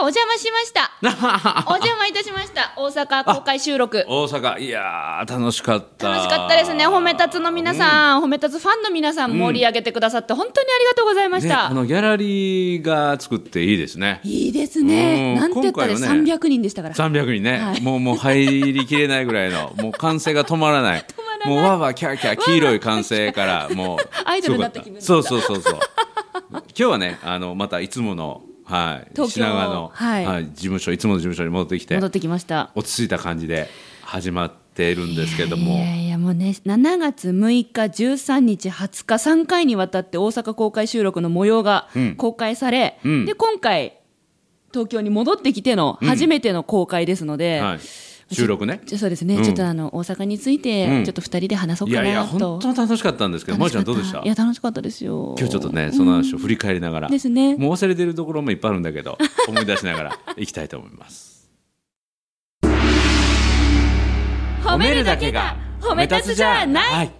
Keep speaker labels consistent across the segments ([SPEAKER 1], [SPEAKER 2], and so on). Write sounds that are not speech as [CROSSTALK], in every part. [SPEAKER 1] 邪魔しま
[SPEAKER 2] [LAUGHS]
[SPEAKER 1] した。お邪魔いたしました。大阪公開収録。
[SPEAKER 2] 大阪いやー楽しかった
[SPEAKER 1] 楽しかったですね。褒め立つの皆さん、褒め立つファンの皆さん盛り上げてくださって、本当にありがとうございまし
[SPEAKER 2] ね、
[SPEAKER 1] た。
[SPEAKER 2] あのギャラリーが作っていいですね。
[SPEAKER 1] いいですね。
[SPEAKER 2] うん
[SPEAKER 1] なんて言ったら
[SPEAKER 2] 今回はね
[SPEAKER 1] 300人でしたから。
[SPEAKER 2] 300人ね、
[SPEAKER 1] はい
[SPEAKER 2] もうもう入りきれないぐら
[SPEAKER 1] [LAUGHS]
[SPEAKER 2] いの、もう歓声が止まらない。
[SPEAKER 1] まらない
[SPEAKER 2] もうわーわーキャーキャー黄色い歓声から、もう。
[SPEAKER 1] [LAUGHS] アイドルになった気分だった
[SPEAKER 2] そうそうそうそう。今日はね、あの、またいつもの、はい、
[SPEAKER 1] 東京
[SPEAKER 2] 品川の、
[SPEAKER 1] はい
[SPEAKER 2] 事務所、いつもの事務所に戻ってきて
[SPEAKER 1] 戻、ってきました。
[SPEAKER 2] 落ち着いた感じで始まっているんですけども。
[SPEAKER 1] いやいやもうね7月6日13日20日3回にわたって大阪公開収録の模様が
[SPEAKER 2] うん
[SPEAKER 1] 公開され、
[SPEAKER 2] うん
[SPEAKER 1] で今回東京に戻ってきての初めての公開ですので、
[SPEAKER 2] はい、収録ね。
[SPEAKER 1] ちょそうですね、
[SPEAKER 2] うん
[SPEAKER 1] ちょっとあの大阪について
[SPEAKER 2] うん
[SPEAKER 1] ちょっと二人で話そう
[SPEAKER 2] い
[SPEAKER 1] か
[SPEAKER 2] やいや、
[SPEAKER 1] なと、
[SPEAKER 2] 本当楽しかったんですけど、ま
[SPEAKER 1] 楽
[SPEAKER 2] る
[SPEAKER 1] し
[SPEAKER 2] ち
[SPEAKER 1] かった
[SPEAKER 2] ゃんどうでした
[SPEAKER 1] いや楽しかったですよ
[SPEAKER 2] 今日ちょっとね、その話を振り返りながら、
[SPEAKER 1] ですね
[SPEAKER 2] もう忘れてるところもいっぱいあるんだけど、思い出しながら行きたいと思います。
[SPEAKER 1] [LAUGHS] 褒めるだけが褒め立つじゃない、
[SPEAKER 2] はい。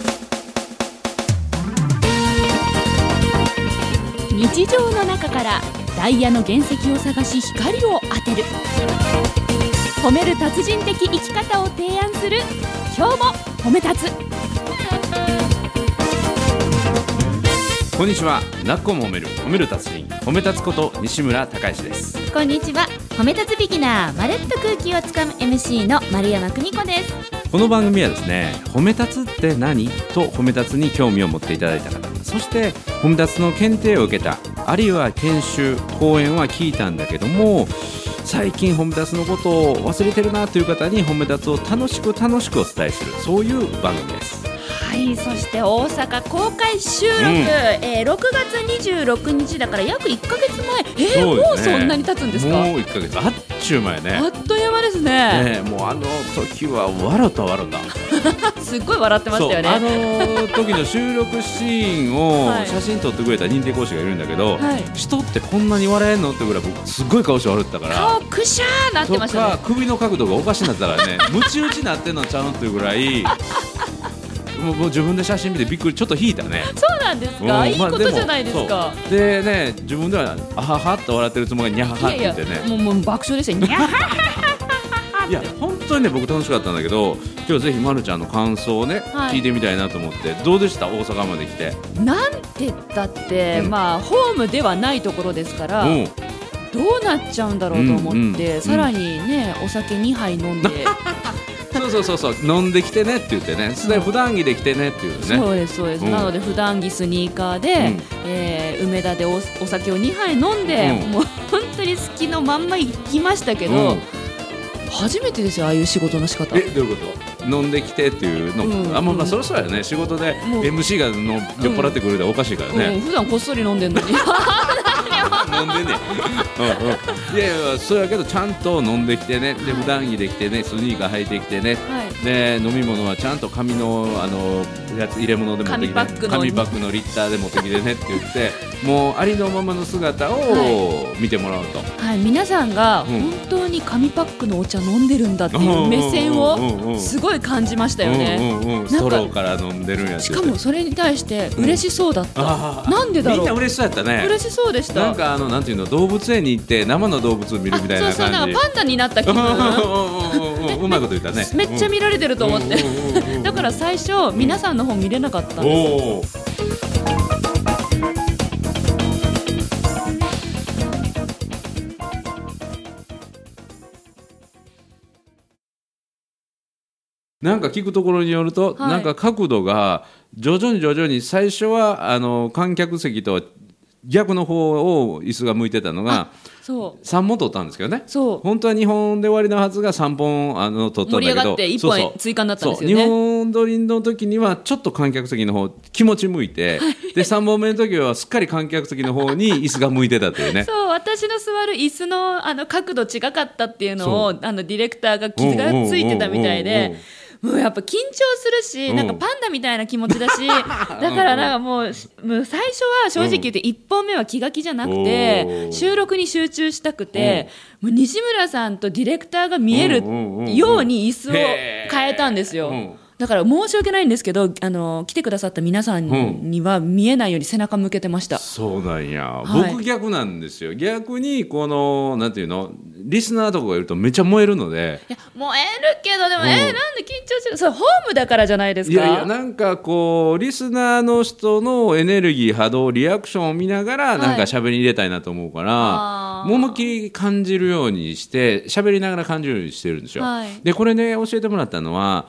[SPEAKER 1] 日常の中からダイヤの原石を探し光を当てる褒める達人的生き方を提案する今日も褒め立つ
[SPEAKER 2] こんにちは、なっこも褒める、褒める達人、褒め立つこと西村孝之です。
[SPEAKER 1] こんにちは褒め立つビギナーまるっと空気をつかむ MC の丸山久美子です
[SPEAKER 2] この番組はですね、褒め立つって何と褒め立つに興味を持っていただいた方、そして褒め立つの検定を受けた、あるいは研修、講演は聞いたんだけども、最近褒め立つのことを忘れてるなという方に褒め立つを楽しく楽しくお伝えする、そういう番組です。
[SPEAKER 1] はいそして大阪公開収録、
[SPEAKER 2] うん
[SPEAKER 1] えー6月26日だから約1か月前えー
[SPEAKER 2] そ
[SPEAKER 1] も
[SPEAKER 2] うで
[SPEAKER 1] う
[SPEAKER 2] すね
[SPEAKER 1] そんなに経つんですか
[SPEAKER 2] もう1ヶ月あっちゅう前
[SPEAKER 1] あ
[SPEAKER 2] ね
[SPEAKER 1] っという間ですね
[SPEAKER 2] ねえもうあの時はわろたわろた
[SPEAKER 1] すっごい笑ってまし
[SPEAKER 2] そう
[SPEAKER 1] たよ
[SPEAKER 2] あ
[SPEAKER 1] ね
[SPEAKER 2] の時の収録シーン
[SPEAKER 1] は
[SPEAKER 2] を
[SPEAKER 1] い
[SPEAKER 2] 写真撮ってくれた認定講師がいるんだけど、
[SPEAKER 1] はい
[SPEAKER 2] 人ってこんなに笑えんのってぐらい僕すっごい顔して笑ってたから
[SPEAKER 1] 顔くしゃーなって
[SPEAKER 2] と
[SPEAKER 1] ましたね
[SPEAKER 2] か首の角度がおかしになってたか
[SPEAKER 1] [LAUGHS]
[SPEAKER 2] らねムチ打ちなってんのちゃうんっていうぐらいもうもう自分で写真見てびっくりちょっと引いたね
[SPEAKER 1] そうなんです
[SPEAKER 2] うん
[SPEAKER 1] か、いい
[SPEAKER 2] まあ
[SPEAKER 1] こ
[SPEAKER 2] で
[SPEAKER 1] と
[SPEAKER 2] も
[SPEAKER 1] じゃないですか。
[SPEAKER 2] そうでね自分ではあははって笑ってるつもりがにゃははって
[SPEAKER 1] い
[SPEAKER 2] 言
[SPEAKER 1] や
[SPEAKER 2] っ
[SPEAKER 1] い
[SPEAKER 2] て
[SPEAKER 1] や、
[SPEAKER 2] ね
[SPEAKER 1] もうもう爆笑でしたよ。にゃは
[SPEAKER 2] いや本当にね僕楽しかったんだけど今日ぜひまるちゃんの感想をね、
[SPEAKER 1] はい
[SPEAKER 2] 聞いてみたいなと思ってどうでした大阪まで来て [LAUGHS]
[SPEAKER 1] なんて言ったって、
[SPEAKER 2] うん
[SPEAKER 1] まあホームではないところですから、
[SPEAKER 2] うん
[SPEAKER 1] どうなっちゃうんだろうと思
[SPEAKER 2] うんうん
[SPEAKER 1] って、
[SPEAKER 2] うん
[SPEAKER 1] さらにね、お酒2杯飲んで、
[SPEAKER 2] そうそうそうそう飲んできてねって言ってねそれで普段着で来てねって言うね
[SPEAKER 1] そうですそうです、
[SPEAKER 2] うん
[SPEAKER 1] なので普段着スニーカーで、
[SPEAKER 2] うん
[SPEAKER 1] えー梅田でおお酒を2杯飲んで、
[SPEAKER 2] うん
[SPEAKER 1] もう本当に好きのまんま行きましたけど、
[SPEAKER 2] うん
[SPEAKER 1] 初めてですよああいう仕事の仕方
[SPEAKER 2] えどういうこと飲んできてっていうの、
[SPEAKER 1] うん
[SPEAKER 2] あまあま
[SPEAKER 1] う
[SPEAKER 2] あ
[SPEAKER 1] ん
[SPEAKER 2] そろそろやね仕事で
[SPEAKER 1] もう
[SPEAKER 2] MC がの酔っ払ってくるでおかしいから
[SPEAKER 1] う
[SPEAKER 2] ね
[SPEAKER 1] ん、、普段こっそり飲んでる
[SPEAKER 2] [LAUGHS]
[SPEAKER 1] のに
[SPEAKER 2] 飲んでねうん、うん、いやいやそうやけどちゃんと飲んできてねで普段着で来てねスニーカー履いてきてね
[SPEAKER 1] はい
[SPEAKER 2] で飲み物はちゃんと紙のあのやつ入れ物で持ってき
[SPEAKER 1] 紙
[SPEAKER 2] て
[SPEAKER 1] パックの
[SPEAKER 2] 紙パックのリッターで持ってきてねって言ってもうありのままの姿を見てもらおうと、
[SPEAKER 1] はい、皆さんが
[SPEAKER 2] うん
[SPEAKER 1] 本当に紙パックのお茶飲んでるんだっていう目線
[SPEAKER 2] うんうんうんう
[SPEAKER 1] を
[SPEAKER 2] ん
[SPEAKER 1] すごい感じましたよね。
[SPEAKER 2] うんうんうん、
[SPEAKER 1] か
[SPEAKER 2] ストローから飲んでるんやって
[SPEAKER 1] し
[SPEAKER 2] 言
[SPEAKER 1] か
[SPEAKER 2] って
[SPEAKER 1] もそれに対して嬉しそうだった。
[SPEAKER 2] あー
[SPEAKER 1] なんでだろう
[SPEAKER 2] みんな嬉しそうやったね
[SPEAKER 1] 嬉しそうでした。
[SPEAKER 2] なんかあのなんていうの動物園に行って生の動物を見
[SPEAKER 1] あ
[SPEAKER 2] るみたいな
[SPEAKER 1] そうそうな
[SPEAKER 2] 感
[SPEAKER 1] ん
[SPEAKER 2] じ
[SPEAKER 1] かパンダになった気
[SPEAKER 2] [LAUGHS]
[SPEAKER 1] 分。
[SPEAKER 2] うんうんうんうんうまいこと言ったね
[SPEAKER 1] めっちゃ見られてると思って。
[SPEAKER 2] て
[SPEAKER 1] だから最初皆さんの方見れなかったんです。
[SPEAKER 2] おおなんか聞くところによると、
[SPEAKER 1] はい
[SPEAKER 2] なんか角度が徐々に徐々に最初はあの観客席と逆の方を椅子が向いてたのが
[SPEAKER 1] そう
[SPEAKER 2] 3本取ったんですけどね
[SPEAKER 1] そう
[SPEAKER 2] 本当は2本で終わりのはずが3本あの取った
[SPEAKER 1] 盛り
[SPEAKER 2] んだけ
[SPEAKER 1] 上
[SPEAKER 2] ど
[SPEAKER 1] がって一
[SPEAKER 2] そうそう
[SPEAKER 1] 本追加になったん
[SPEAKER 2] そう
[SPEAKER 1] です
[SPEAKER 2] 日
[SPEAKER 1] よね。
[SPEAKER 2] 本撮りの時にはちょっと観客席の方気持ち向いて、で3本目の時はすっかり観客席
[SPEAKER 1] [LAUGHS]
[SPEAKER 2] の方に椅子が向いてたというね
[SPEAKER 1] そう私の座る椅子のあの角度違かったっていうのをあのディレクターが気がついてたみたい
[SPEAKER 2] うんうんうんうん
[SPEAKER 1] でもうやっぱ緊張するし
[SPEAKER 2] うん
[SPEAKER 1] なんかパンダみたいな気持ちだ
[SPEAKER 2] [LAUGHS]
[SPEAKER 1] しだからなんかもうしもう最初は正直言って1本目は気が気じゃなく
[SPEAKER 2] お
[SPEAKER 1] て
[SPEAKER 2] ー
[SPEAKER 1] 収録に集中したくてもう西村さんとディレクターが見える
[SPEAKER 2] うんうんうんうん
[SPEAKER 1] ように椅子を
[SPEAKER 2] へー
[SPEAKER 1] 変えたんですよ
[SPEAKER 2] うん。
[SPEAKER 1] だから申し訳ないんですけど、あの来てくださった皆さんには見えないように背中向けてました。
[SPEAKER 2] そうなんや、
[SPEAKER 1] はい
[SPEAKER 2] 僕逆なんですよ逆にこのなんていうのリスナーとかがいるとめっちゃ燃えるので
[SPEAKER 1] いや燃えるけどでも、
[SPEAKER 2] うん
[SPEAKER 1] えーなんで緊張してるそれホームだからじゃないです
[SPEAKER 2] い
[SPEAKER 1] か
[SPEAKER 2] やいやなんかこうリスナーの人のエネルギー波動リアクションを見ながらなんか喋り入れたいなと思うから、
[SPEAKER 1] あー
[SPEAKER 2] ももきり感じるようにして喋りながら感じるようにしてるんですよ。
[SPEAKER 1] はい
[SPEAKER 2] でこれね教えてもらったのは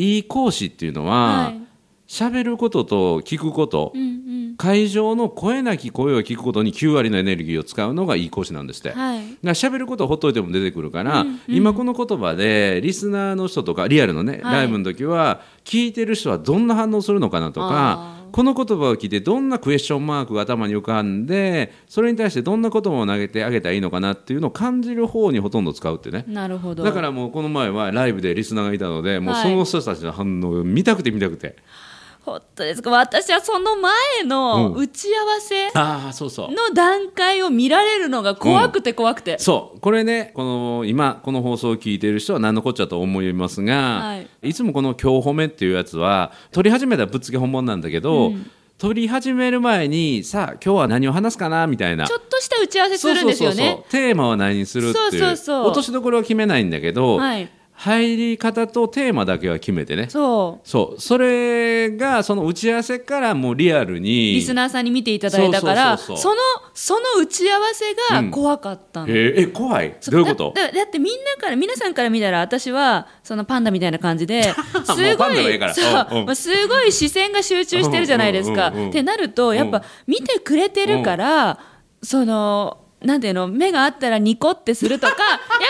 [SPEAKER 2] いい講師っていうの
[SPEAKER 1] は
[SPEAKER 2] はい喋、ることと聞くこと、
[SPEAKER 1] うんうん
[SPEAKER 2] 会場の声なき声を聞くことに9割のエネルギーを使うのがいい講師なんですって。
[SPEAKER 1] はい
[SPEAKER 2] が喋ることをほっといても出てくるから、今この言葉でリスナーの人とかリアルのね、
[SPEAKER 1] はい
[SPEAKER 2] ライブの時は聞いてる人はどんな反応するのかなと
[SPEAKER 1] あ
[SPEAKER 2] かこの言葉を聞いてどんなクエスチョンマークが頭に浮かんでそれに対してどんな言葉を投げてあげたらいいのかなっていうのを感じる方にほとんど使うってね。
[SPEAKER 1] なるほど
[SPEAKER 2] だからもうこの前はライブでリスナーがいたのでもう
[SPEAKER 1] はい
[SPEAKER 2] その人たちの反応が見たくて見たくて、
[SPEAKER 1] 本当ですか私はその前の
[SPEAKER 2] うん
[SPEAKER 1] 打ち合わせ
[SPEAKER 2] ああそうそう
[SPEAKER 1] の段階を見られるのが怖くて怖くて、
[SPEAKER 2] そうこれねこの今この放送を聞いている人は何のこっちゃと思いますが、
[SPEAKER 1] はい
[SPEAKER 2] い、つもこの「今日褒め」っていうやつは取り始めたらぶっつけ本番なんだけど、取り始める前にさあ今日は何を話すかなみたいな
[SPEAKER 1] ちょっとした打ち合わせするんですよ
[SPEAKER 2] そうそうそう
[SPEAKER 1] ね
[SPEAKER 2] そうテーマは何にするっていう
[SPEAKER 1] そうそうそう
[SPEAKER 2] 落としどころは決めないんだけど、
[SPEAKER 1] はい
[SPEAKER 2] 入り方とテーマだけは決めてね
[SPEAKER 1] そう
[SPEAKER 2] そうそれがその打ち合わせからもうリアルに
[SPEAKER 1] リスナーさんに見ていただいたから
[SPEAKER 2] そ
[SPEAKER 1] そう
[SPEAKER 2] そう
[SPEAKER 1] のその打ち合わせが怖かったの、
[SPEAKER 2] えーえ怖いどういうこと
[SPEAKER 1] だだだってみんなから皆さんから見たら私はそのパンダみたいな感じ
[SPEAKER 2] [LAUGHS]
[SPEAKER 1] ですご
[SPEAKER 2] もうパンダがいい
[SPEAKER 1] い
[SPEAKER 2] から
[SPEAKER 1] そう
[SPEAKER 2] うんうん
[SPEAKER 1] まあすごい視線が集中してるじゃないですか。
[SPEAKER 2] うんうんうんうん
[SPEAKER 1] ってなるとやっ
[SPEAKER 2] うん
[SPEAKER 1] ぱ見てくれてるから、そのなんていうの目があったらニコってすると
[SPEAKER 2] [LAUGHS]
[SPEAKER 1] かやっ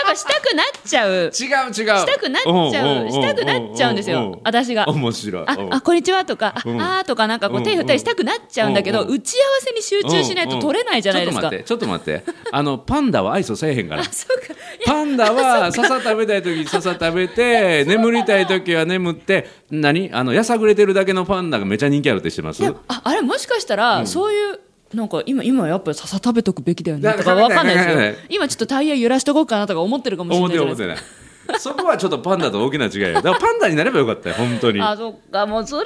[SPEAKER 1] ぱしたくなっちゃう
[SPEAKER 2] 違う違うし
[SPEAKER 1] したくなっちゃうしたくなっちゃうんですよ私が。
[SPEAKER 2] 面白い
[SPEAKER 1] あ
[SPEAKER 2] うん
[SPEAKER 1] あこんにちはとか、あ
[SPEAKER 2] うん
[SPEAKER 1] あーとか、なんかこう手振ったりしたくなっちゃうんだけど、
[SPEAKER 2] うんうん
[SPEAKER 1] 打ち合わせに集中しないと取れないじゃないですか。
[SPEAKER 2] うんうんちょっと待ってちょっと待ってあのパンダはアイスをせえへんから
[SPEAKER 1] あ [LAUGHS] そうか
[SPEAKER 2] パンダは笹食べた
[SPEAKER 1] [LAUGHS]
[SPEAKER 2] い時に笹食べて眠りたい時は眠って何あのやさぐれてるだけのパンダがめちゃ人気あるって知ってます
[SPEAKER 1] いやああれもしかしたら、そういうなんか今今やっぱり笹食べとくべきだよね
[SPEAKER 2] だ
[SPEAKER 1] とかわかんない
[SPEAKER 2] だだだ
[SPEAKER 1] で
[SPEAKER 2] だ
[SPEAKER 1] すよ今ちょっとタイヤ揺らしとこうかなとか思ってるかもしれ
[SPEAKER 2] 思
[SPEAKER 1] な
[SPEAKER 2] っ
[SPEAKER 1] い
[SPEAKER 2] て
[SPEAKER 1] じゃ
[SPEAKER 2] な
[SPEAKER 1] な
[SPEAKER 2] い
[SPEAKER 1] いで
[SPEAKER 2] 思っ
[SPEAKER 1] す
[SPEAKER 2] てないそこはちょっとパンダと大きな違いよだからパンダになればよかったよ本当に
[SPEAKER 1] かあそっかもうそれ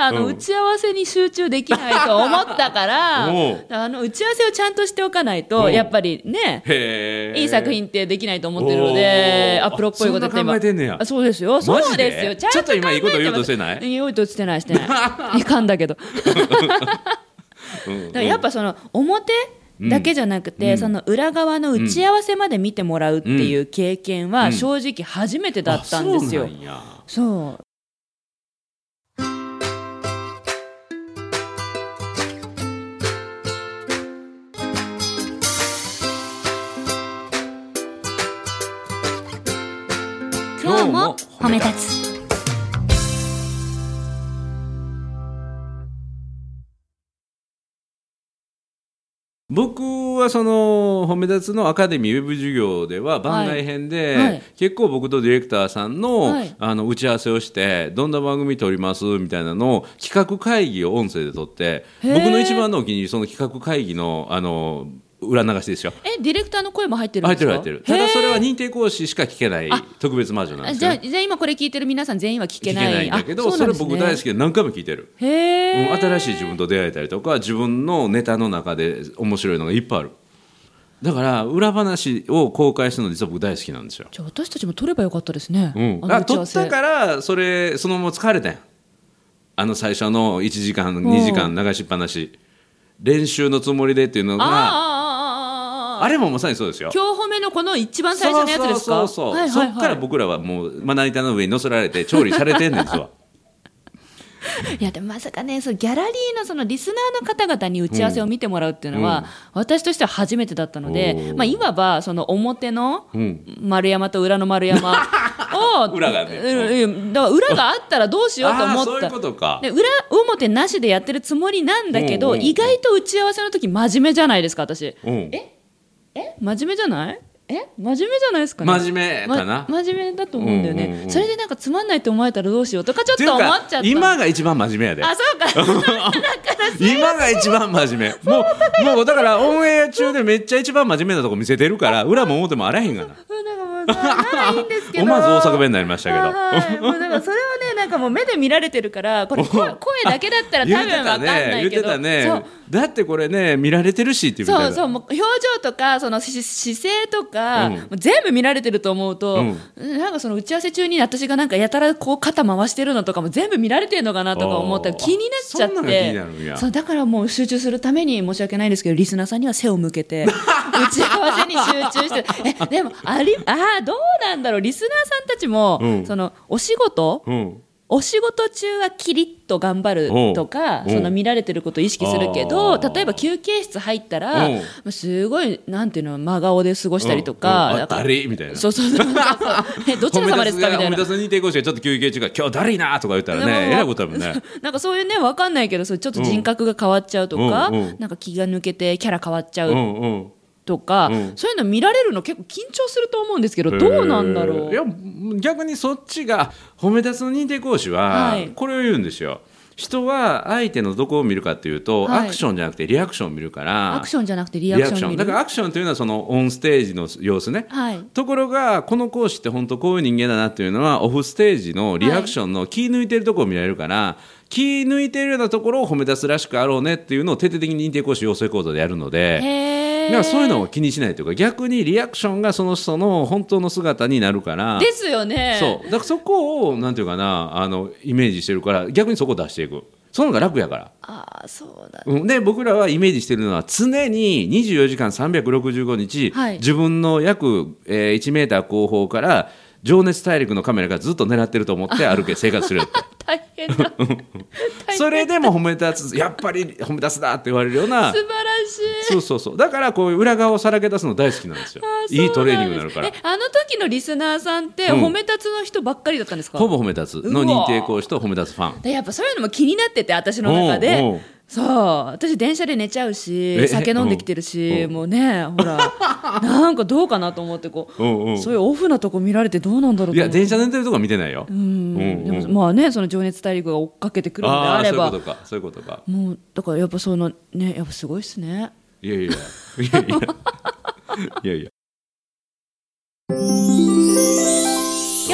[SPEAKER 1] がねあの、
[SPEAKER 2] う
[SPEAKER 1] 打
[SPEAKER 2] ん
[SPEAKER 1] ち合わせに集中できないと思ったから
[SPEAKER 2] [LAUGHS] おう
[SPEAKER 1] あの打ち合わせをちゃんとしておかないと、
[SPEAKER 2] うん
[SPEAKER 1] やっぱりね
[SPEAKER 2] へえ
[SPEAKER 1] いい作品ってできないと思ってるので、
[SPEAKER 2] おー
[SPEAKER 1] あプロっぽいこと言って
[SPEAKER 2] そんな考えてんねや
[SPEAKER 1] あそうですよ、
[SPEAKER 2] ジで
[SPEAKER 1] そうですよ、
[SPEAKER 2] ちょっと今いいこと言おうとしてな
[SPEAKER 1] 考え
[SPEAKER 2] い
[SPEAKER 1] ます言おうとしてない、
[SPEAKER 2] [LAUGHS]
[SPEAKER 1] してない、いかんだけど、
[SPEAKER 2] うん
[SPEAKER 1] だからやっぱその表だけじゃなくて、その裏側の打ち合わせまで見てもらうっていう経験は正直初めてだったんですよ。
[SPEAKER 2] あそうなんや
[SPEAKER 1] そう
[SPEAKER 2] 今日も褒め
[SPEAKER 1] 立つ
[SPEAKER 2] 僕はその褒め立つのアカデミーウェブ授業では番外編で、
[SPEAKER 1] はいはい
[SPEAKER 2] 結構僕とディレクターさんの,、
[SPEAKER 1] はい
[SPEAKER 2] あの打ち合わせをしてどんな番組撮りますみたいなのを企画会議を音声で撮って
[SPEAKER 1] へー
[SPEAKER 2] 僕の一番のお気に入りその企画会議のあの裏流しですよ。
[SPEAKER 1] えディレクターの声も入ってるん
[SPEAKER 2] 入っ
[SPEAKER 1] です
[SPEAKER 2] てる
[SPEAKER 1] か
[SPEAKER 2] 入ってるただ
[SPEAKER 1] へー
[SPEAKER 2] それは認定講師しか聞けない
[SPEAKER 1] あ
[SPEAKER 2] 特別マージョンなん
[SPEAKER 1] あ
[SPEAKER 2] です
[SPEAKER 1] じゃ
[SPEAKER 2] よ、
[SPEAKER 1] あじゃあ今これ聞いてる皆さん全員は聞
[SPEAKER 2] 聞
[SPEAKER 1] け
[SPEAKER 2] け
[SPEAKER 1] ない
[SPEAKER 2] ないんだけど
[SPEAKER 1] あ
[SPEAKER 2] そう
[SPEAKER 1] なん
[SPEAKER 2] れ
[SPEAKER 1] ですね
[SPEAKER 2] 僕大好きで何回も聞いてる、
[SPEAKER 1] へえ、
[SPEAKER 2] うん新しい自分と出会えたりとか自分のネタの中で面白いのがいっぱいあるだから裏話を公開するの実は僕大好きなんですよ、
[SPEAKER 1] じゃあ私たちも撮ればよかったですね、
[SPEAKER 2] うん、
[SPEAKER 1] あの
[SPEAKER 2] あ
[SPEAKER 1] 打ち合
[SPEAKER 2] 撮
[SPEAKER 1] わ
[SPEAKER 2] っ
[SPEAKER 1] せ
[SPEAKER 2] たからそれそのまま疲れたやんあの最初の1時間2時間流しっぱなし練習のつもりでっていう
[SPEAKER 1] あ
[SPEAKER 2] の
[SPEAKER 1] あ
[SPEAKER 2] があ
[SPEAKER 1] ああああああ
[SPEAKER 2] れもまさにそうですよ
[SPEAKER 1] 今日褒めのこの一番最初のやつですか
[SPEAKER 2] そうそうそうそう、
[SPEAKER 1] はいはいはい
[SPEAKER 2] そっから僕らはもうまな板の上に乗せられて調理されてんです
[SPEAKER 1] [LAUGHS]
[SPEAKER 2] わ
[SPEAKER 1] いやでもまさかねそうギャラリーのそのリスナーの方々に打ち合わせを見てもらうっていうのは、
[SPEAKER 2] うん
[SPEAKER 1] 私としては初めてだったので
[SPEAKER 2] お、ー
[SPEAKER 1] まあ、いわばその表の
[SPEAKER 2] うん
[SPEAKER 1] 丸山と裏の丸山を
[SPEAKER 2] [LAUGHS] 裏がね
[SPEAKER 1] うんうんだから裏があったらどうしようと
[SPEAKER 2] あ
[SPEAKER 1] 思
[SPEAKER 2] [LAUGHS] あ
[SPEAKER 1] っ
[SPEAKER 2] そうい
[SPEAKER 1] た
[SPEAKER 2] うことか
[SPEAKER 1] で裏表なしでやってるつもりなんだけど、
[SPEAKER 2] うんうんうん
[SPEAKER 1] 意外と打ち合わせの時真面目じゃないですか私
[SPEAKER 2] うん
[SPEAKER 1] え真面目じゃないえ真面目じゃないですかね
[SPEAKER 2] 真面目かな、
[SPEAKER 1] ま真面目だと思うんだよね、
[SPEAKER 2] うんうんうん
[SPEAKER 1] それでなんかつまんないと思えたらどうしようとかちょっ
[SPEAKER 2] っていう
[SPEAKER 1] と
[SPEAKER 2] か
[SPEAKER 1] 思っちゃった
[SPEAKER 2] 今が一番真面目やで
[SPEAKER 1] あそうか
[SPEAKER 2] [LAUGHS] 今が一番真面目もうもうだからオンエア中でめっちゃ一番真面目なとこ見せてるから裏も表もあらへんがな
[SPEAKER 1] うんなんかもうさ、ならいいんですけど。
[SPEAKER 2] [LAUGHS] 思わず大阪弁になりましたけど
[SPEAKER 1] はいはいもうだからそれはね、なんかもう目で見られてるからこれ
[SPEAKER 2] [LAUGHS]
[SPEAKER 1] 声声だけだったら多
[SPEAKER 2] 言って
[SPEAKER 1] 分わ
[SPEAKER 2] た
[SPEAKER 1] かんな
[SPEAKER 2] ね
[SPEAKER 1] い
[SPEAKER 2] 言っ
[SPEAKER 1] け
[SPEAKER 2] て
[SPEAKER 1] ど
[SPEAKER 2] たね
[SPEAKER 1] そう
[SPEAKER 2] だってこれね見られてるしっていうみたい
[SPEAKER 1] そ
[SPEAKER 2] な
[SPEAKER 1] うそうもう表情とかそのし姿勢とか、
[SPEAKER 2] うん
[SPEAKER 1] もう全部見られてると思うと、
[SPEAKER 2] う
[SPEAKER 1] なんかその打ち合わせ中に私がなんかやたらこう肩回してるのとかも全部見られてるのかなとか思ったら
[SPEAKER 2] おー
[SPEAKER 1] 気になっちゃっ
[SPEAKER 2] そんなのが気になるん
[SPEAKER 1] て
[SPEAKER 2] や
[SPEAKER 1] そうだからもう集中するために申し訳ないんですけどリスナーさんには背を向け
[SPEAKER 2] [LAUGHS]
[SPEAKER 1] て打ち合わせに集中してえでもありあーどうなんだろうリスナーさんたちも、
[SPEAKER 2] うん
[SPEAKER 1] そのお仕事、
[SPEAKER 2] うん
[SPEAKER 1] お仕事中はキリッと頑張るとか
[SPEAKER 2] おう
[SPEAKER 1] その見られてることを意識するけど
[SPEAKER 2] あー
[SPEAKER 1] 例えば休憩室入ったら
[SPEAKER 2] おう
[SPEAKER 1] もうすごいなんていうの真顔で過ごしたりと
[SPEAKER 2] うん
[SPEAKER 1] か,、
[SPEAKER 2] うんあ
[SPEAKER 1] だから
[SPEAKER 2] 誰みたいな
[SPEAKER 1] そうそうそうそう
[SPEAKER 2] [LAUGHS]
[SPEAKER 1] えどちら様ですかみたい
[SPEAKER 2] 褒
[SPEAKER 1] な
[SPEAKER 2] め出。すに抵抗してちょっと休憩中が今日だるいなとか言ったら
[SPEAKER 1] でも
[SPEAKER 2] ねえらいことだもんね
[SPEAKER 1] なんかそういうねわかんないけどそうちょっと人格が変わっちゃうとか、
[SPEAKER 2] うんうんうん
[SPEAKER 1] なんか気が抜けてキャラ変わっちゃ
[SPEAKER 2] う
[SPEAKER 1] うん
[SPEAKER 2] うん
[SPEAKER 1] とか、
[SPEAKER 2] うん
[SPEAKER 1] そういうの見られるの結構緊張すると思うんですけどどうなんだろう
[SPEAKER 2] いや逆にそっちが褒め出すの認定講師は
[SPEAKER 1] はい
[SPEAKER 2] これを言うんですよ、人は相手のどこを見るかっていうと、
[SPEAKER 1] はい
[SPEAKER 2] アクションじゃなくてリアクションを見るから
[SPEAKER 1] アクションじゃなくてリ
[SPEAKER 2] リ
[SPEAKER 1] ア
[SPEAKER 2] ア
[SPEAKER 1] ク
[SPEAKER 2] ク
[SPEAKER 1] シ
[SPEAKER 2] シ
[SPEAKER 1] ョン
[SPEAKER 2] ョン
[SPEAKER 1] 見
[SPEAKER 2] だ
[SPEAKER 1] る
[SPEAKER 2] からアクションというのはそのオンステージの様子ね、
[SPEAKER 1] はい
[SPEAKER 2] ところがこの講師って本当こういう人間だなっていうのはオフステージのリアクションの気抜いてるところを見られるから、気抜いてるようなところを褒め出すらしくあろうねっていうのを徹底的に認定講師養成講座でやるので。
[SPEAKER 1] へー
[SPEAKER 2] だからそういうのを気にしないというか逆にリアクションがその人の本当の姿になるから
[SPEAKER 1] ですよね
[SPEAKER 2] そうだからそこをなんていうかなあのイメージしてるから逆にそこを出していくその方が楽やから
[SPEAKER 1] ああそうだ
[SPEAKER 2] うん、で僕らはイメージしてるのは常に24時間365日、
[SPEAKER 1] はい
[SPEAKER 2] 自分の約、えー1メーター後方から情熱大陸のカメラがずっと狙ってると思って
[SPEAKER 1] [LAUGHS]
[SPEAKER 2] 歩け生活するよって
[SPEAKER 1] 大変だ
[SPEAKER 2] それでも褒め立つやっぱり褒め立つだって言われるよ
[SPEAKER 1] [LAUGHS]
[SPEAKER 2] うな
[SPEAKER 1] 素晴らしい
[SPEAKER 2] そうそうそうだからこういう裏側をさらけ出すの大好きなんですよ
[SPEAKER 1] あ
[SPEAKER 2] いいトレーニングに
[SPEAKER 1] そう
[SPEAKER 2] なん
[SPEAKER 1] で
[SPEAKER 2] る
[SPEAKER 1] す
[SPEAKER 2] から
[SPEAKER 1] えあの時のリスナーさんって
[SPEAKER 2] うん
[SPEAKER 1] 褒め立つの人ばっかりだったんですか、
[SPEAKER 2] ほぼ褒め立つの認定講師と褒め立つファン
[SPEAKER 1] でやっぱそういうのも気になってて私の中で
[SPEAKER 2] おうおう
[SPEAKER 1] そう私電車で寝ちゃう
[SPEAKER 2] え
[SPEAKER 1] し酒飲んできてるし、
[SPEAKER 2] うん
[SPEAKER 1] もうねほら
[SPEAKER 2] [LAUGHS]
[SPEAKER 1] なんかどうかなと思ってこう、
[SPEAKER 2] うんうん
[SPEAKER 1] そういうオフなとこ見られてどうなんだろう
[SPEAKER 2] い
[SPEAKER 1] と思
[SPEAKER 2] や
[SPEAKER 1] って
[SPEAKER 2] 電車乗ってるとこは見てないよ、
[SPEAKER 1] うん
[SPEAKER 2] うんうん
[SPEAKER 1] でもまあねその「情熱大陸」が追っかけてくるので
[SPEAKER 2] あ
[SPEAKER 1] あ
[SPEAKER 2] あ
[SPEAKER 1] れ
[SPEAKER 2] そうい
[SPEAKER 1] ば
[SPEAKER 2] うことかそういうことか
[SPEAKER 1] もうだからやっぱそのねやっぱすごいっすね
[SPEAKER 2] いやいやいやいやいやいやいや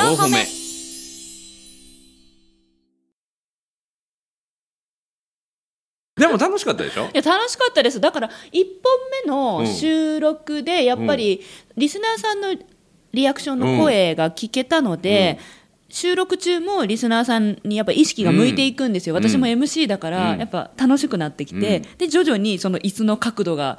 [SPEAKER 1] 四歩目
[SPEAKER 2] でも楽しかったでしょ
[SPEAKER 1] いや楽しかったですだから1本目の収録でやっぱりリスナーさんのリアクションの声が聞けたので、収録中もリスナーさんにやっぱ意識が向いていくんですよ、
[SPEAKER 2] うん
[SPEAKER 1] 私も MC だから
[SPEAKER 2] うん
[SPEAKER 1] やっぱ楽しくなってきて、で徐々にその椅子の角度
[SPEAKER 2] [LAUGHS]
[SPEAKER 1] が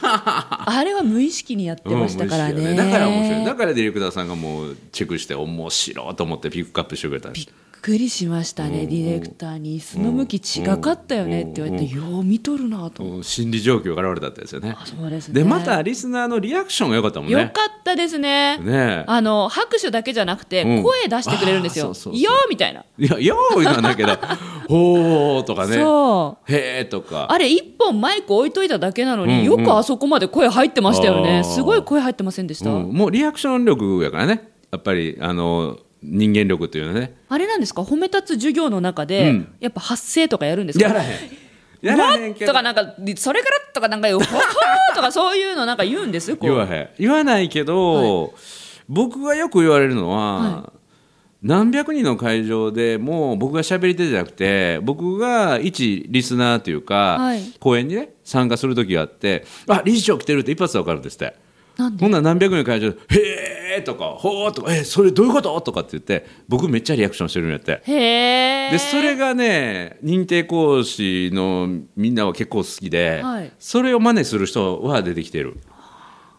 [SPEAKER 1] あれは無意識にやってましたからね,、
[SPEAKER 2] うん無意識よだから面白いだからディレクターさんがもうチェックして面白いと思ってピックアップしてくれたんです
[SPEAKER 1] びっくりしましたね、
[SPEAKER 2] うん
[SPEAKER 1] ディレクターに椅子の向き違かったよねって言われて、よう見とるなと思って、
[SPEAKER 2] うん心理状況が現れたってですよね
[SPEAKER 1] あそうですね
[SPEAKER 2] でまたリスナーのリアクションが良かったもんね
[SPEAKER 1] よかったですね
[SPEAKER 2] ねえ
[SPEAKER 1] [LAUGHS] あの拍手だけじゃなくて、
[SPEAKER 2] うん
[SPEAKER 1] 声出してくれるんですよ。
[SPEAKER 2] あーそうそうそう
[SPEAKER 1] よーみたいな。
[SPEAKER 2] いやよーいなんだ
[SPEAKER 1] [LAUGHS]
[SPEAKER 2] けど「ほー」とかね
[SPEAKER 1] そう。
[SPEAKER 2] へー」とか
[SPEAKER 1] あれ一本マイク置いといただけなのに、
[SPEAKER 2] うんうん
[SPEAKER 1] よくあそこまで声入ってましたよ
[SPEAKER 2] あー
[SPEAKER 1] ね。すごい声入ってませんでした。
[SPEAKER 2] うんもうリアクション力やからねやっぱりあの人間力っていうのはね
[SPEAKER 1] あれなんですか褒め立つ授業の中で、
[SPEAKER 2] うん
[SPEAKER 1] やっぱ発声とかやるんですか
[SPEAKER 2] やらへんやらへんけ
[SPEAKER 1] と
[SPEAKER 2] ど
[SPEAKER 1] かなんか、それからとかなんか、ほほーとかそういうのなんか言うんですこ
[SPEAKER 2] 言わ
[SPEAKER 1] う。
[SPEAKER 2] へん言わないけど、僕がよく言われるのは、
[SPEAKER 1] は
[SPEAKER 2] 何百人の会場でもう僕が喋り手じゃなくて僕が一リスナーというか、
[SPEAKER 1] はい
[SPEAKER 2] 講演にね参加する時があって「あ理事長来てる」って一発で分かるんですって。
[SPEAKER 1] なんで
[SPEAKER 2] ほんなら何百人の会場で「へえ」とか「ほー」とか「えそれどういうこと?」とかって言って僕めっちゃリアクションしてるんやって。
[SPEAKER 1] へー。
[SPEAKER 2] でそれがね認定講師のみんなは結構好きで、
[SPEAKER 1] はい
[SPEAKER 2] それを真似する人は出てきてる、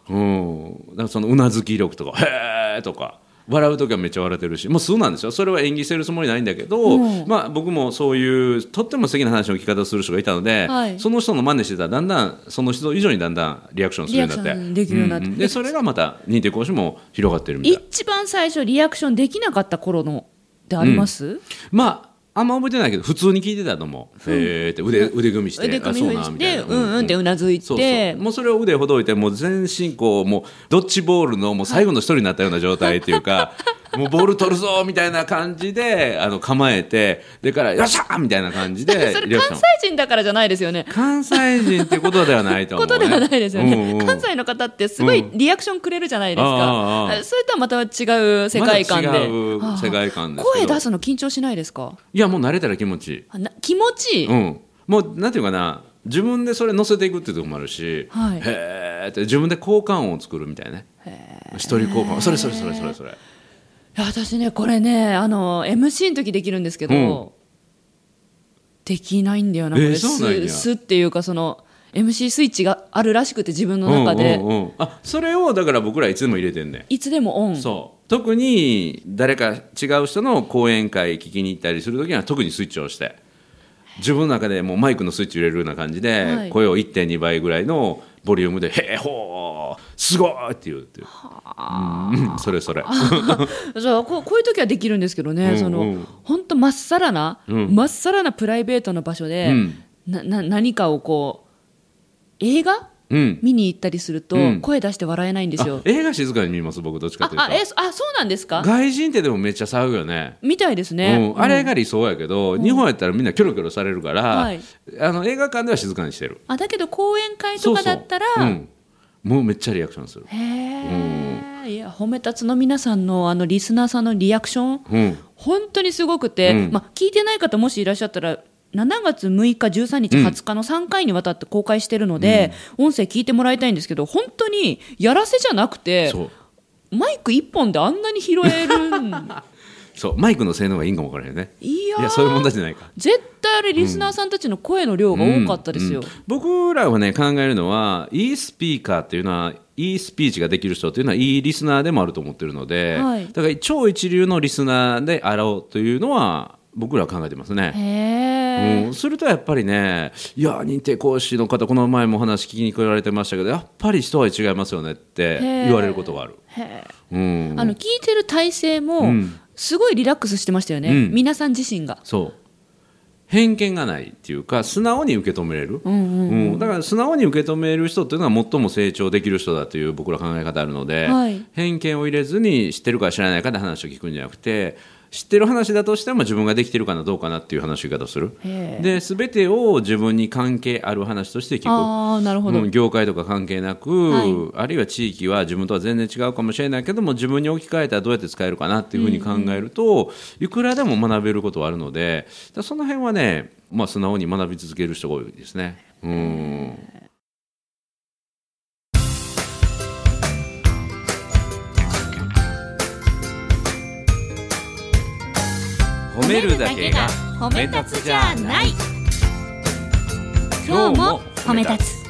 [SPEAKER 2] うん、だからそのうなずき力とか「へえ」とか笑う時はめっちゃ笑ってるしもうそうなんですよそれは演技してるつもりないんだけど、
[SPEAKER 1] うん
[SPEAKER 2] まあ、僕もそういうとっても素敵な話の聞き方をする人がいたので、
[SPEAKER 1] はい
[SPEAKER 2] その人の真似してたらだんだんその人以上にだんだんリアクションするようになって
[SPEAKER 1] リアクションできるようになって
[SPEAKER 2] んんでそれがまた認定講師も広がってるみたい
[SPEAKER 1] 一番最初リアクションできなかった頃のってあります、
[SPEAKER 2] まあ、あんま覚えてないけど、普通に聞いてたと思う。へえって腕、腕組みして。
[SPEAKER 1] 腕組み
[SPEAKER 2] あそう
[SPEAKER 1] を
[SPEAKER 2] な
[SPEAKER 1] し
[SPEAKER 2] みた
[SPEAKER 1] て、
[SPEAKER 2] いな
[SPEAKER 1] うんうんってうなずいて、
[SPEAKER 2] そうそうもうそれを腕
[SPEAKER 1] [LAUGHS]
[SPEAKER 2] ほどいてもう全身こうもうドッジボールのもう最後の一人になったような状態っていうか、もうボール取るぞみたいな感じであの構えてでからよっしゃーみたいな感じ
[SPEAKER 1] [LAUGHS]
[SPEAKER 2] で
[SPEAKER 1] それ
[SPEAKER 2] リアクシ
[SPEAKER 1] 関
[SPEAKER 2] ョン
[SPEAKER 1] 西人だからじゃないですよね。
[SPEAKER 2] 関西人ってことではないと思
[SPEAKER 1] [LAUGHS] こ
[SPEAKER 2] う、ね、
[SPEAKER 1] とではないですよね、
[SPEAKER 2] うんうん
[SPEAKER 1] 関西の方ってすごいリアクションくれるじゃないです
[SPEAKER 2] ああ
[SPEAKER 1] か、
[SPEAKER 2] ああ
[SPEAKER 1] それとはまた違う世界観で、
[SPEAKER 2] まだ違う世界観ですけど
[SPEAKER 1] ああ声出すの緊張しないですか
[SPEAKER 2] いやもう慣れたら気持ちいい
[SPEAKER 1] あな気持ちいい、
[SPEAKER 2] うん、もうなんていうかな自分でそれ乗せていくっていうとこもあるし、
[SPEAKER 1] はい
[SPEAKER 2] へーって自分で交換音を作るみたいなね一人交換それそれそれそれそれ
[SPEAKER 1] いや私ねこれねあの MC の時できるんですけど、
[SPEAKER 2] うん
[SPEAKER 1] できないんだよな
[SPEAKER 2] え
[SPEAKER 1] こ
[SPEAKER 2] ー
[SPEAKER 1] れ
[SPEAKER 2] そうなんや
[SPEAKER 1] すすっていうかその MC スイッチがあるらしくて自分の中で、
[SPEAKER 2] うんうんうんあそれをだから僕らいつでも入れてんね
[SPEAKER 1] いつでもオン
[SPEAKER 2] んそう特に誰か違う人の講演会聞きに行ったりするときには特にスイッチを押して自分の中でもうマイクのスイッチ入れるような感じで、
[SPEAKER 1] はい
[SPEAKER 2] 声を1.2倍ぐらいのボリュームで「へえほーすごい!」って言うっていう、うんうん、それそれ
[SPEAKER 1] [LAUGHS] そうこうこういう時はできるんですけどね、
[SPEAKER 2] うんうん
[SPEAKER 1] その本当まっさらな、
[SPEAKER 2] うん
[SPEAKER 1] まっさらなプライベートの場所で、
[SPEAKER 2] うん
[SPEAKER 1] なな何かをこう映画
[SPEAKER 2] うん
[SPEAKER 1] 見に行ったりすると、
[SPEAKER 2] うん
[SPEAKER 1] 声出して笑えないんです
[SPEAKER 2] あ
[SPEAKER 1] よ。
[SPEAKER 2] 映画静かに見ます僕どっちか
[SPEAKER 1] あ
[SPEAKER 2] というと
[SPEAKER 1] あえそあそうなんですか？
[SPEAKER 2] 外人ってでもめっちゃ騒ぐよね
[SPEAKER 1] みたいですね。
[SPEAKER 2] うん、あれが理想やけど、日本やったらみんなキョロキョロされるから、
[SPEAKER 1] はい
[SPEAKER 2] あの映画館では静かにしてる
[SPEAKER 1] あだけど講演会とかだったら、
[SPEAKER 2] そうそううん、もうめっちゃリアクションする、
[SPEAKER 1] へえいや褒めたつの皆さんのあのリスナーさんのリアクション
[SPEAKER 2] うん、
[SPEAKER 1] 本当にすごくて、
[SPEAKER 2] うん
[SPEAKER 1] まあ、聞いてない方もしいらっしゃったら7月6日、13日、
[SPEAKER 2] うん
[SPEAKER 1] 20日の3回にわたって公開してるので、音声聞いてもらいたいんですけど本当にやらせじゃなくて
[SPEAKER 2] そう
[SPEAKER 1] マイク1本であんなに拾えるん
[SPEAKER 2] [LAUGHS] そうマイクの性能がいいんかもわからへんね
[SPEAKER 1] いやー
[SPEAKER 2] いやそういう問題じゃないか
[SPEAKER 1] 絶対あれリスナーさんたちの声の量が多かったですよ。
[SPEAKER 2] うんうん僕らはね考えるのはいいスピーカーっていうのはいいスピーチができる人っていうのはいいリスナーでもあると思ってるので、
[SPEAKER 1] はい
[SPEAKER 2] だから超一流のリスナーであろうというのは僕らは考えてますね。
[SPEAKER 1] へえ、
[SPEAKER 2] うん、するとやっぱりね、いや、認定講師の方、この前もお話聞きに来られてましたけど、やっぱり人は違いますよねって
[SPEAKER 1] ー
[SPEAKER 2] 言われることがある。
[SPEAKER 1] へ
[SPEAKER 2] うん
[SPEAKER 1] ー、あの聞いてる体勢
[SPEAKER 2] う
[SPEAKER 1] も
[SPEAKER 2] ん
[SPEAKER 1] すごいリラックスしてましたよね、
[SPEAKER 2] うん
[SPEAKER 1] 皆さん自身が。
[SPEAKER 2] そう偏見がないっていうか素直に受け止めれる、
[SPEAKER 1] うんうん
[SPEAKER 2] うんだから素直に受け止める人っていうのは最も成長できる人だという僕ら考え方あるので、
[SPEAKER 1] はい
[SPEAKER 2] 偏見を入れずに知ってるか知らないかで話を聞くんじゃなくて知ってる話だとしても自分ができてるかなどうかなっていう話し方をする
[SPEAKER 1] へー
[SPEAKER 2] で全てを自分に関係ある話として聞く
[SPEAKER 1] ああなるほど、
[SPEAKER 2] うん業界とか関係なく、
[SPEAKER 1] は
[SPEAKER 2] あるいは地域は自分とは全然違うかもしれないけども自分に置き換えたらどうやって使えるかなっていうふうに考えると、いくらでも学べることはあるのでだからその辺はね、まあ、素直に学び続ける人が多いですね。うん褒めるだけが
[SPEAKER 1] 褒
[SPEAKER 2] め立つじゃない
[SPEAKER 1] 今日も褒め立
[SPEAKER 2] つ
[SPEAKER 1] つ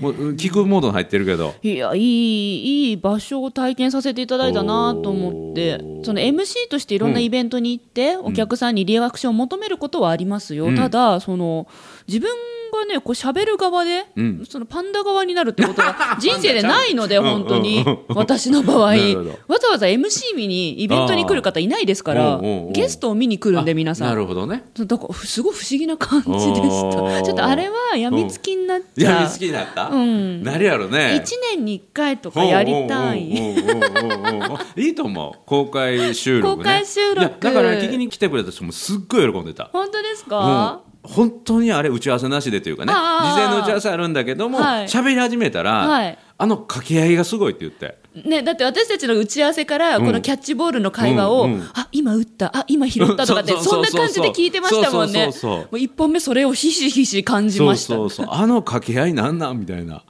[SPEAKER 2] もううん聞くモードに入ってるけど
[SPEAKER 1] いやいいいい場所を体験させていただいたなと思って
[SPEAKER 2] おー
[SPEAKER 1] その MC としていろんなイベントに行って、お客さんにリアクションを求めることはありますよ、
[SPEAKER 2] うん
[SPEAKER 1] ただその自分がねこう喋る側で、
[SPEAKER 2] うん
[SPEAKER 1] そのパンダ側になるってこと
[SPEAKER 2] [LAUGHS]
[SPEAKER 1] が人生でないので
[SPEAKER 2] パンダちゃ
[SPEAKER 1] 本当
[SPEAKER 2] ん
[SPEAKER 1] に
[SPEAKER 2] うんうんうん
[SPEAKER 1] 私の場合わ
[SPEAKER 2] なるほど
[SPEAKER 1] ざわざ MC 見にイベントに来る方いないですから
[SPEAKER 2] あーおうおうおう
[SPEAKER 1] ゲストを見に来るんで皆
[SPEAKER 2] あ
[SPEAKER 1] さ
[SPEAKER 2] なんるほどね
[SPEAKER 1] そうだからふすごい不思議な感じでした
[SPEAKER 2] おー
[SPEAKER 1] ちょっとあれはやみつきになっちゃ
[SPEAKER 2] やり
[SPEAKER 1] う
[SPEAKER 2] 好きになった、
[SPEAKER 1] うん
[SPEAKER 2] なるやろね
[SPEAKER 1] 1年に1回とかやりたい
[SPEAKER 2] おうおうおうおうおうおういいと思う公開収録ね
[SPEAKER 1] 公開収録
[SPEAKER 2] いやだから聞きに来てくれた人もすっごい喜んでた
[SPEAKER 1] 本当です
[SPEAKER 2] うん
[SPEAKER 1] か、
[SPEAKER 2] 本当にあれ打ち合わせなしでというかね
[SPEAKER 1] ああ
[SPEAKER 2] 事前の打ち合わせあるんだけども
[SPEAKER 1] はい
[SPEAKER 2] 喋、り始めたら、
[SPEAKER 1] はい
[SPEAKER 2] あの掛け合いがすごいって言って
[SPEAKER 1] ね、だって私たちの打ち合わせからこのキャッチボールの会話を、
[SPEAKER 2] うんうん
[SPEAKER 1] あ今打ったあ今拾ったとかって
[SPEAKER 2] うん
[SPEAKER 1] そ
[SPEAKER 2] [LAUGHS] そ
[SPEAKER 1] ん
[SPEAKER 2] う
[SPEAKER 1] な
[SPEAKER 2] そうそうそう
[SPEAKER 1] 感じで聞いてましたもんね
[SPEAKER 2] そうそうそうそう
[SPEAKER 1] もう1本目それをひしひし感じ
[SPEAKER 2] そ
[SPEAKER 1] ま
[SPEAKER 2] う
[SPEAKER 1] した
[SPEAKER 2] そうそうあの掛け合いなんなんみたいな、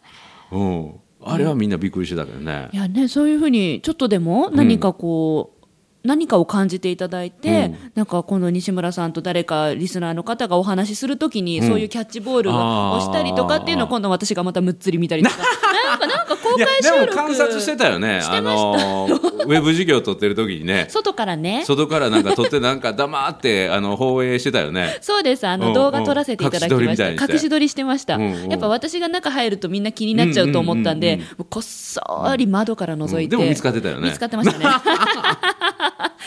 [SPEAKER 2] うん、あれはみんなびっくりしてたけどね
[SPEAKER 1] い、やねそういうふうにちょっとでも何かこう、何かを感じていただいて、なんかこの西村さんと誰かリスナーの方がお話しするときに、そういうキャッチボールをしたりとかっていうのを
[SPEAKER 2] あー
[SPEAKER 1] 今度私がまたむっつり見た
[SPEAKER 2] [LAUGHS]
[SPEAKER 1] りとかなんかなんか公
[SPEAKER 2] いや
[SPEAKER 1] 開収
[SPEAKER 2] でも
[SPEAKER 1] 録
[SPEAKER 2] 観察してたよね
[SPEAKER 1] して
[SPEAKER 2] あ
[SPEAKER 1] ました
[SPEAKER 2] のーウェブ授業を取ってる時にね
[SPEAKER 1] 外から [LAUGHS] ね
[SPEAKER 2] 外からなんか撮ってなんか黙ってあの放映してたよね
[SPEAKER 1] そうですあの、
[SPEAKER 2] うんうん
[SPEAKER 1] 動画撮らせていただきました
[SPEAKER 2] 隠し撮りみ
[SPEAKER 1] 隠
[SPEAKER 2] たいにし
[SPEAKER 1] して撮りしてました、
[SPEAKER 2] うんうん
[SPEAKER 1] やっぱ私が中入るとみんな気になっちゃうと思ったんで、
[SPEAKER 2] うんうん
[SPEAKER 1] もうこっそり窓から覗いて、
[SPEAKER 2] [LAUGHS] うんでも見つかってたよね
[SPEAKER 1] 見つかってましたね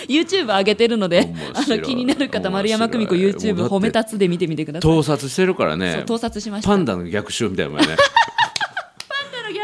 [SPEAKER 1] YouTube 上げてるので
[SPEAKER 2] 面
[SPEAKER 1] あ
[SPEAKER 2] 白い
[SPEAKER 1] の気になる方丸山久美子
[SPEAKER 2] 面白い
[SPEAKER 1] YouTube
[SPEAKER 2] もうだって
[SPEAKER 1] 褒め立つで見てみてください
[SPEAKER 2] 盗撮してるから
[SPEAKER 1] そう
[SPEAKER 2] ね
[SPEAKER 1] 盗撮しました
[SPEAKER 2] パンダの逆襲みたいなもんやね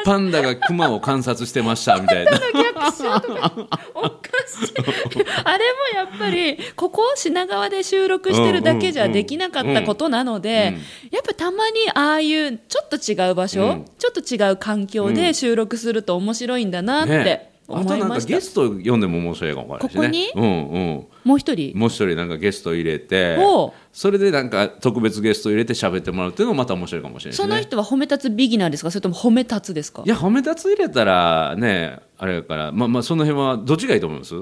[SPEAKER 2] パンダがクマを観察してましたみた
[SPEAKER 1] [LAUGHS]
[SPEAKER 2] いな
[SPEAKER 1] 逆襲とかおかしいあれもやっぱりここを品川で収録してるだけじゃできなかったことなので、やっぱたまにああいうちょっと違う場所、
[SPEAKER 2] うん
[SPEAKER 1] ちょっと違う環境で収録すると面白いんだなっ
[SPEAKER 2] ね
[SPEAKER 1] て思
[SPEAKER 2] あと
[SPEAKER 1] い
[SPEAKER 2] なん
[SPEAKER 1] ま
[SPEAKER 2] か
[SPEAKER 1] した、
[SPEAKER 2] ゲスト読んでも面白いかもわかんないしね
[SPEAKER 1] こ
[SPEAKER 2] うんうん
[SPEAKER 1] もう一人
[SPEAKER 2] もう一人なんかゲスト入れて
[SPEAKER 1] おう
[SPEAKER 2] それでなんか特別ゲスト入れて喋ってもらうっていうのもまた面白いかもしれないし
[SPEAKER 1] その
[SPEAKER 2] ね
[SPEAKER 1] 人は褒め立つビギナーですかそれとも褒め立つですか
[SPEAKER 2] いや褒め立つ入れたらねあれやからまあまあその辺はどっちがいいと思います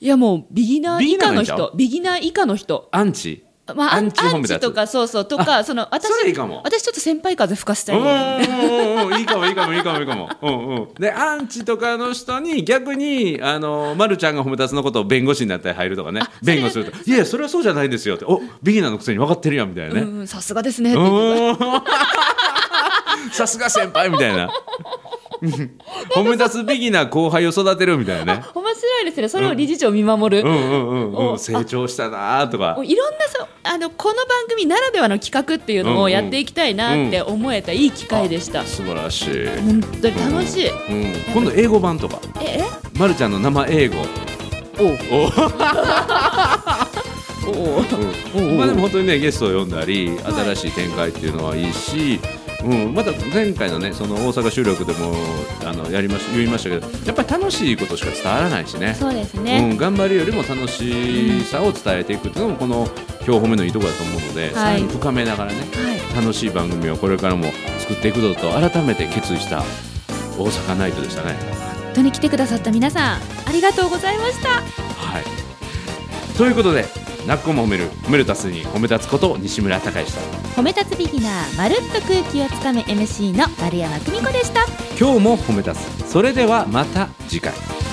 [SPEAKER 1] いやもうビギナー以下の人ビギナー以下の人
[SPEAKER 2] アンチ
[SPEAKER 1] まあ、ア
[SPEAKER 2] ア
[SPEAKER 1] ン
[SPEAKER 2] ン
[SPEAKER 1] チ
[SPEAKER 2] チ褒め立つ
[SPEAKER 1] とかそうそうとかその私
[SPEAKER 2] それいいかも
[SPEAKER 1] 私ちょっと先輩風吹かせた
[SPEAKER 2] うん
[SPEAKER 1] い、
[SPEAKER 2] うんうんうんいいかもいいかもいいかもいいかもうんうんでアンチとかの人に逆にあのまるちゃんが褒め立つのことを弁護士になったり入るとかね弁護するといやいやそれはそうじゃないですよっておビギナーのくせに分かってるやんみたいなね、
[SPEAKER 1] うんうんさすがですねって
[SPEAKER 2] う
[SPEAKER 1] 言って
[SPEAKER 2] ーんさすが先輩みたいな褒め立つビギナー後輩を育てるみたいなね
[SPEAKER 1] 面白いですねそれを理事長見守る、
[SPEAKER 2] うんうんうんう
[SPEAKER 1] お
[SPEAKER 2] ん成長したなーと
[SPEAKER 1] も
[SPEAKER 2] か
[SPEAKER 1] ういろんなそうあのこの番組ならではの企画っていうの
[SPEAKER 2] うんう
[SPEAKER 1] を
[SPEAKER 2] ん
[SPEAKER 1] やっていきたいなって思えたいい機会でした、
[SPEAKER 2] 素晴らしい、うん、
[SPEAKER 1] 本当に楽しい、
[SPEAKER 2] 今度英語版とか
[SPEAKER 1] ええ
[SPEAKER 2] まるちゃんの生英語おお
[SPEAKER 1] おお
[SPEAKER 2] まあでも本当にねゲストを呼んだり新しい展開っていうのはいいし、うん、また前回のねその大阪収録でもあのやりまし言いましたけどやっぱり楽しいことしか伝わらないしね
[SPEAKER 1] そうです
[SPEAKER 2] う
[SPEAKER 1] ね、
[SPEAKER 2] ん、頑張るよりも楽しさを伝えていくっていうのもこの今日褒めのいいところだと思うので、
[SPEAKER 1] い
[SPEAKER 2] さらに深めながらね
[SPEAKER 1] はい
[SPEAKER 2] 楽しい番組をこれからも作っていくぞと改めて決意した大阪ナイトでしたね。
[SPEAKER 1] 本当に来てくださった皆さんありがとうございました
[SPEAKER 2] はい、ということで「なっこも褒める褒めるたすに褒め立つこと西村孝之さん
[SPEAKER 1] 褒め立つビギナーまるっと空気をつかむ MC の丸山久美子でした
[SPEAKER 2] 今日も褒め立つそれではまた次回。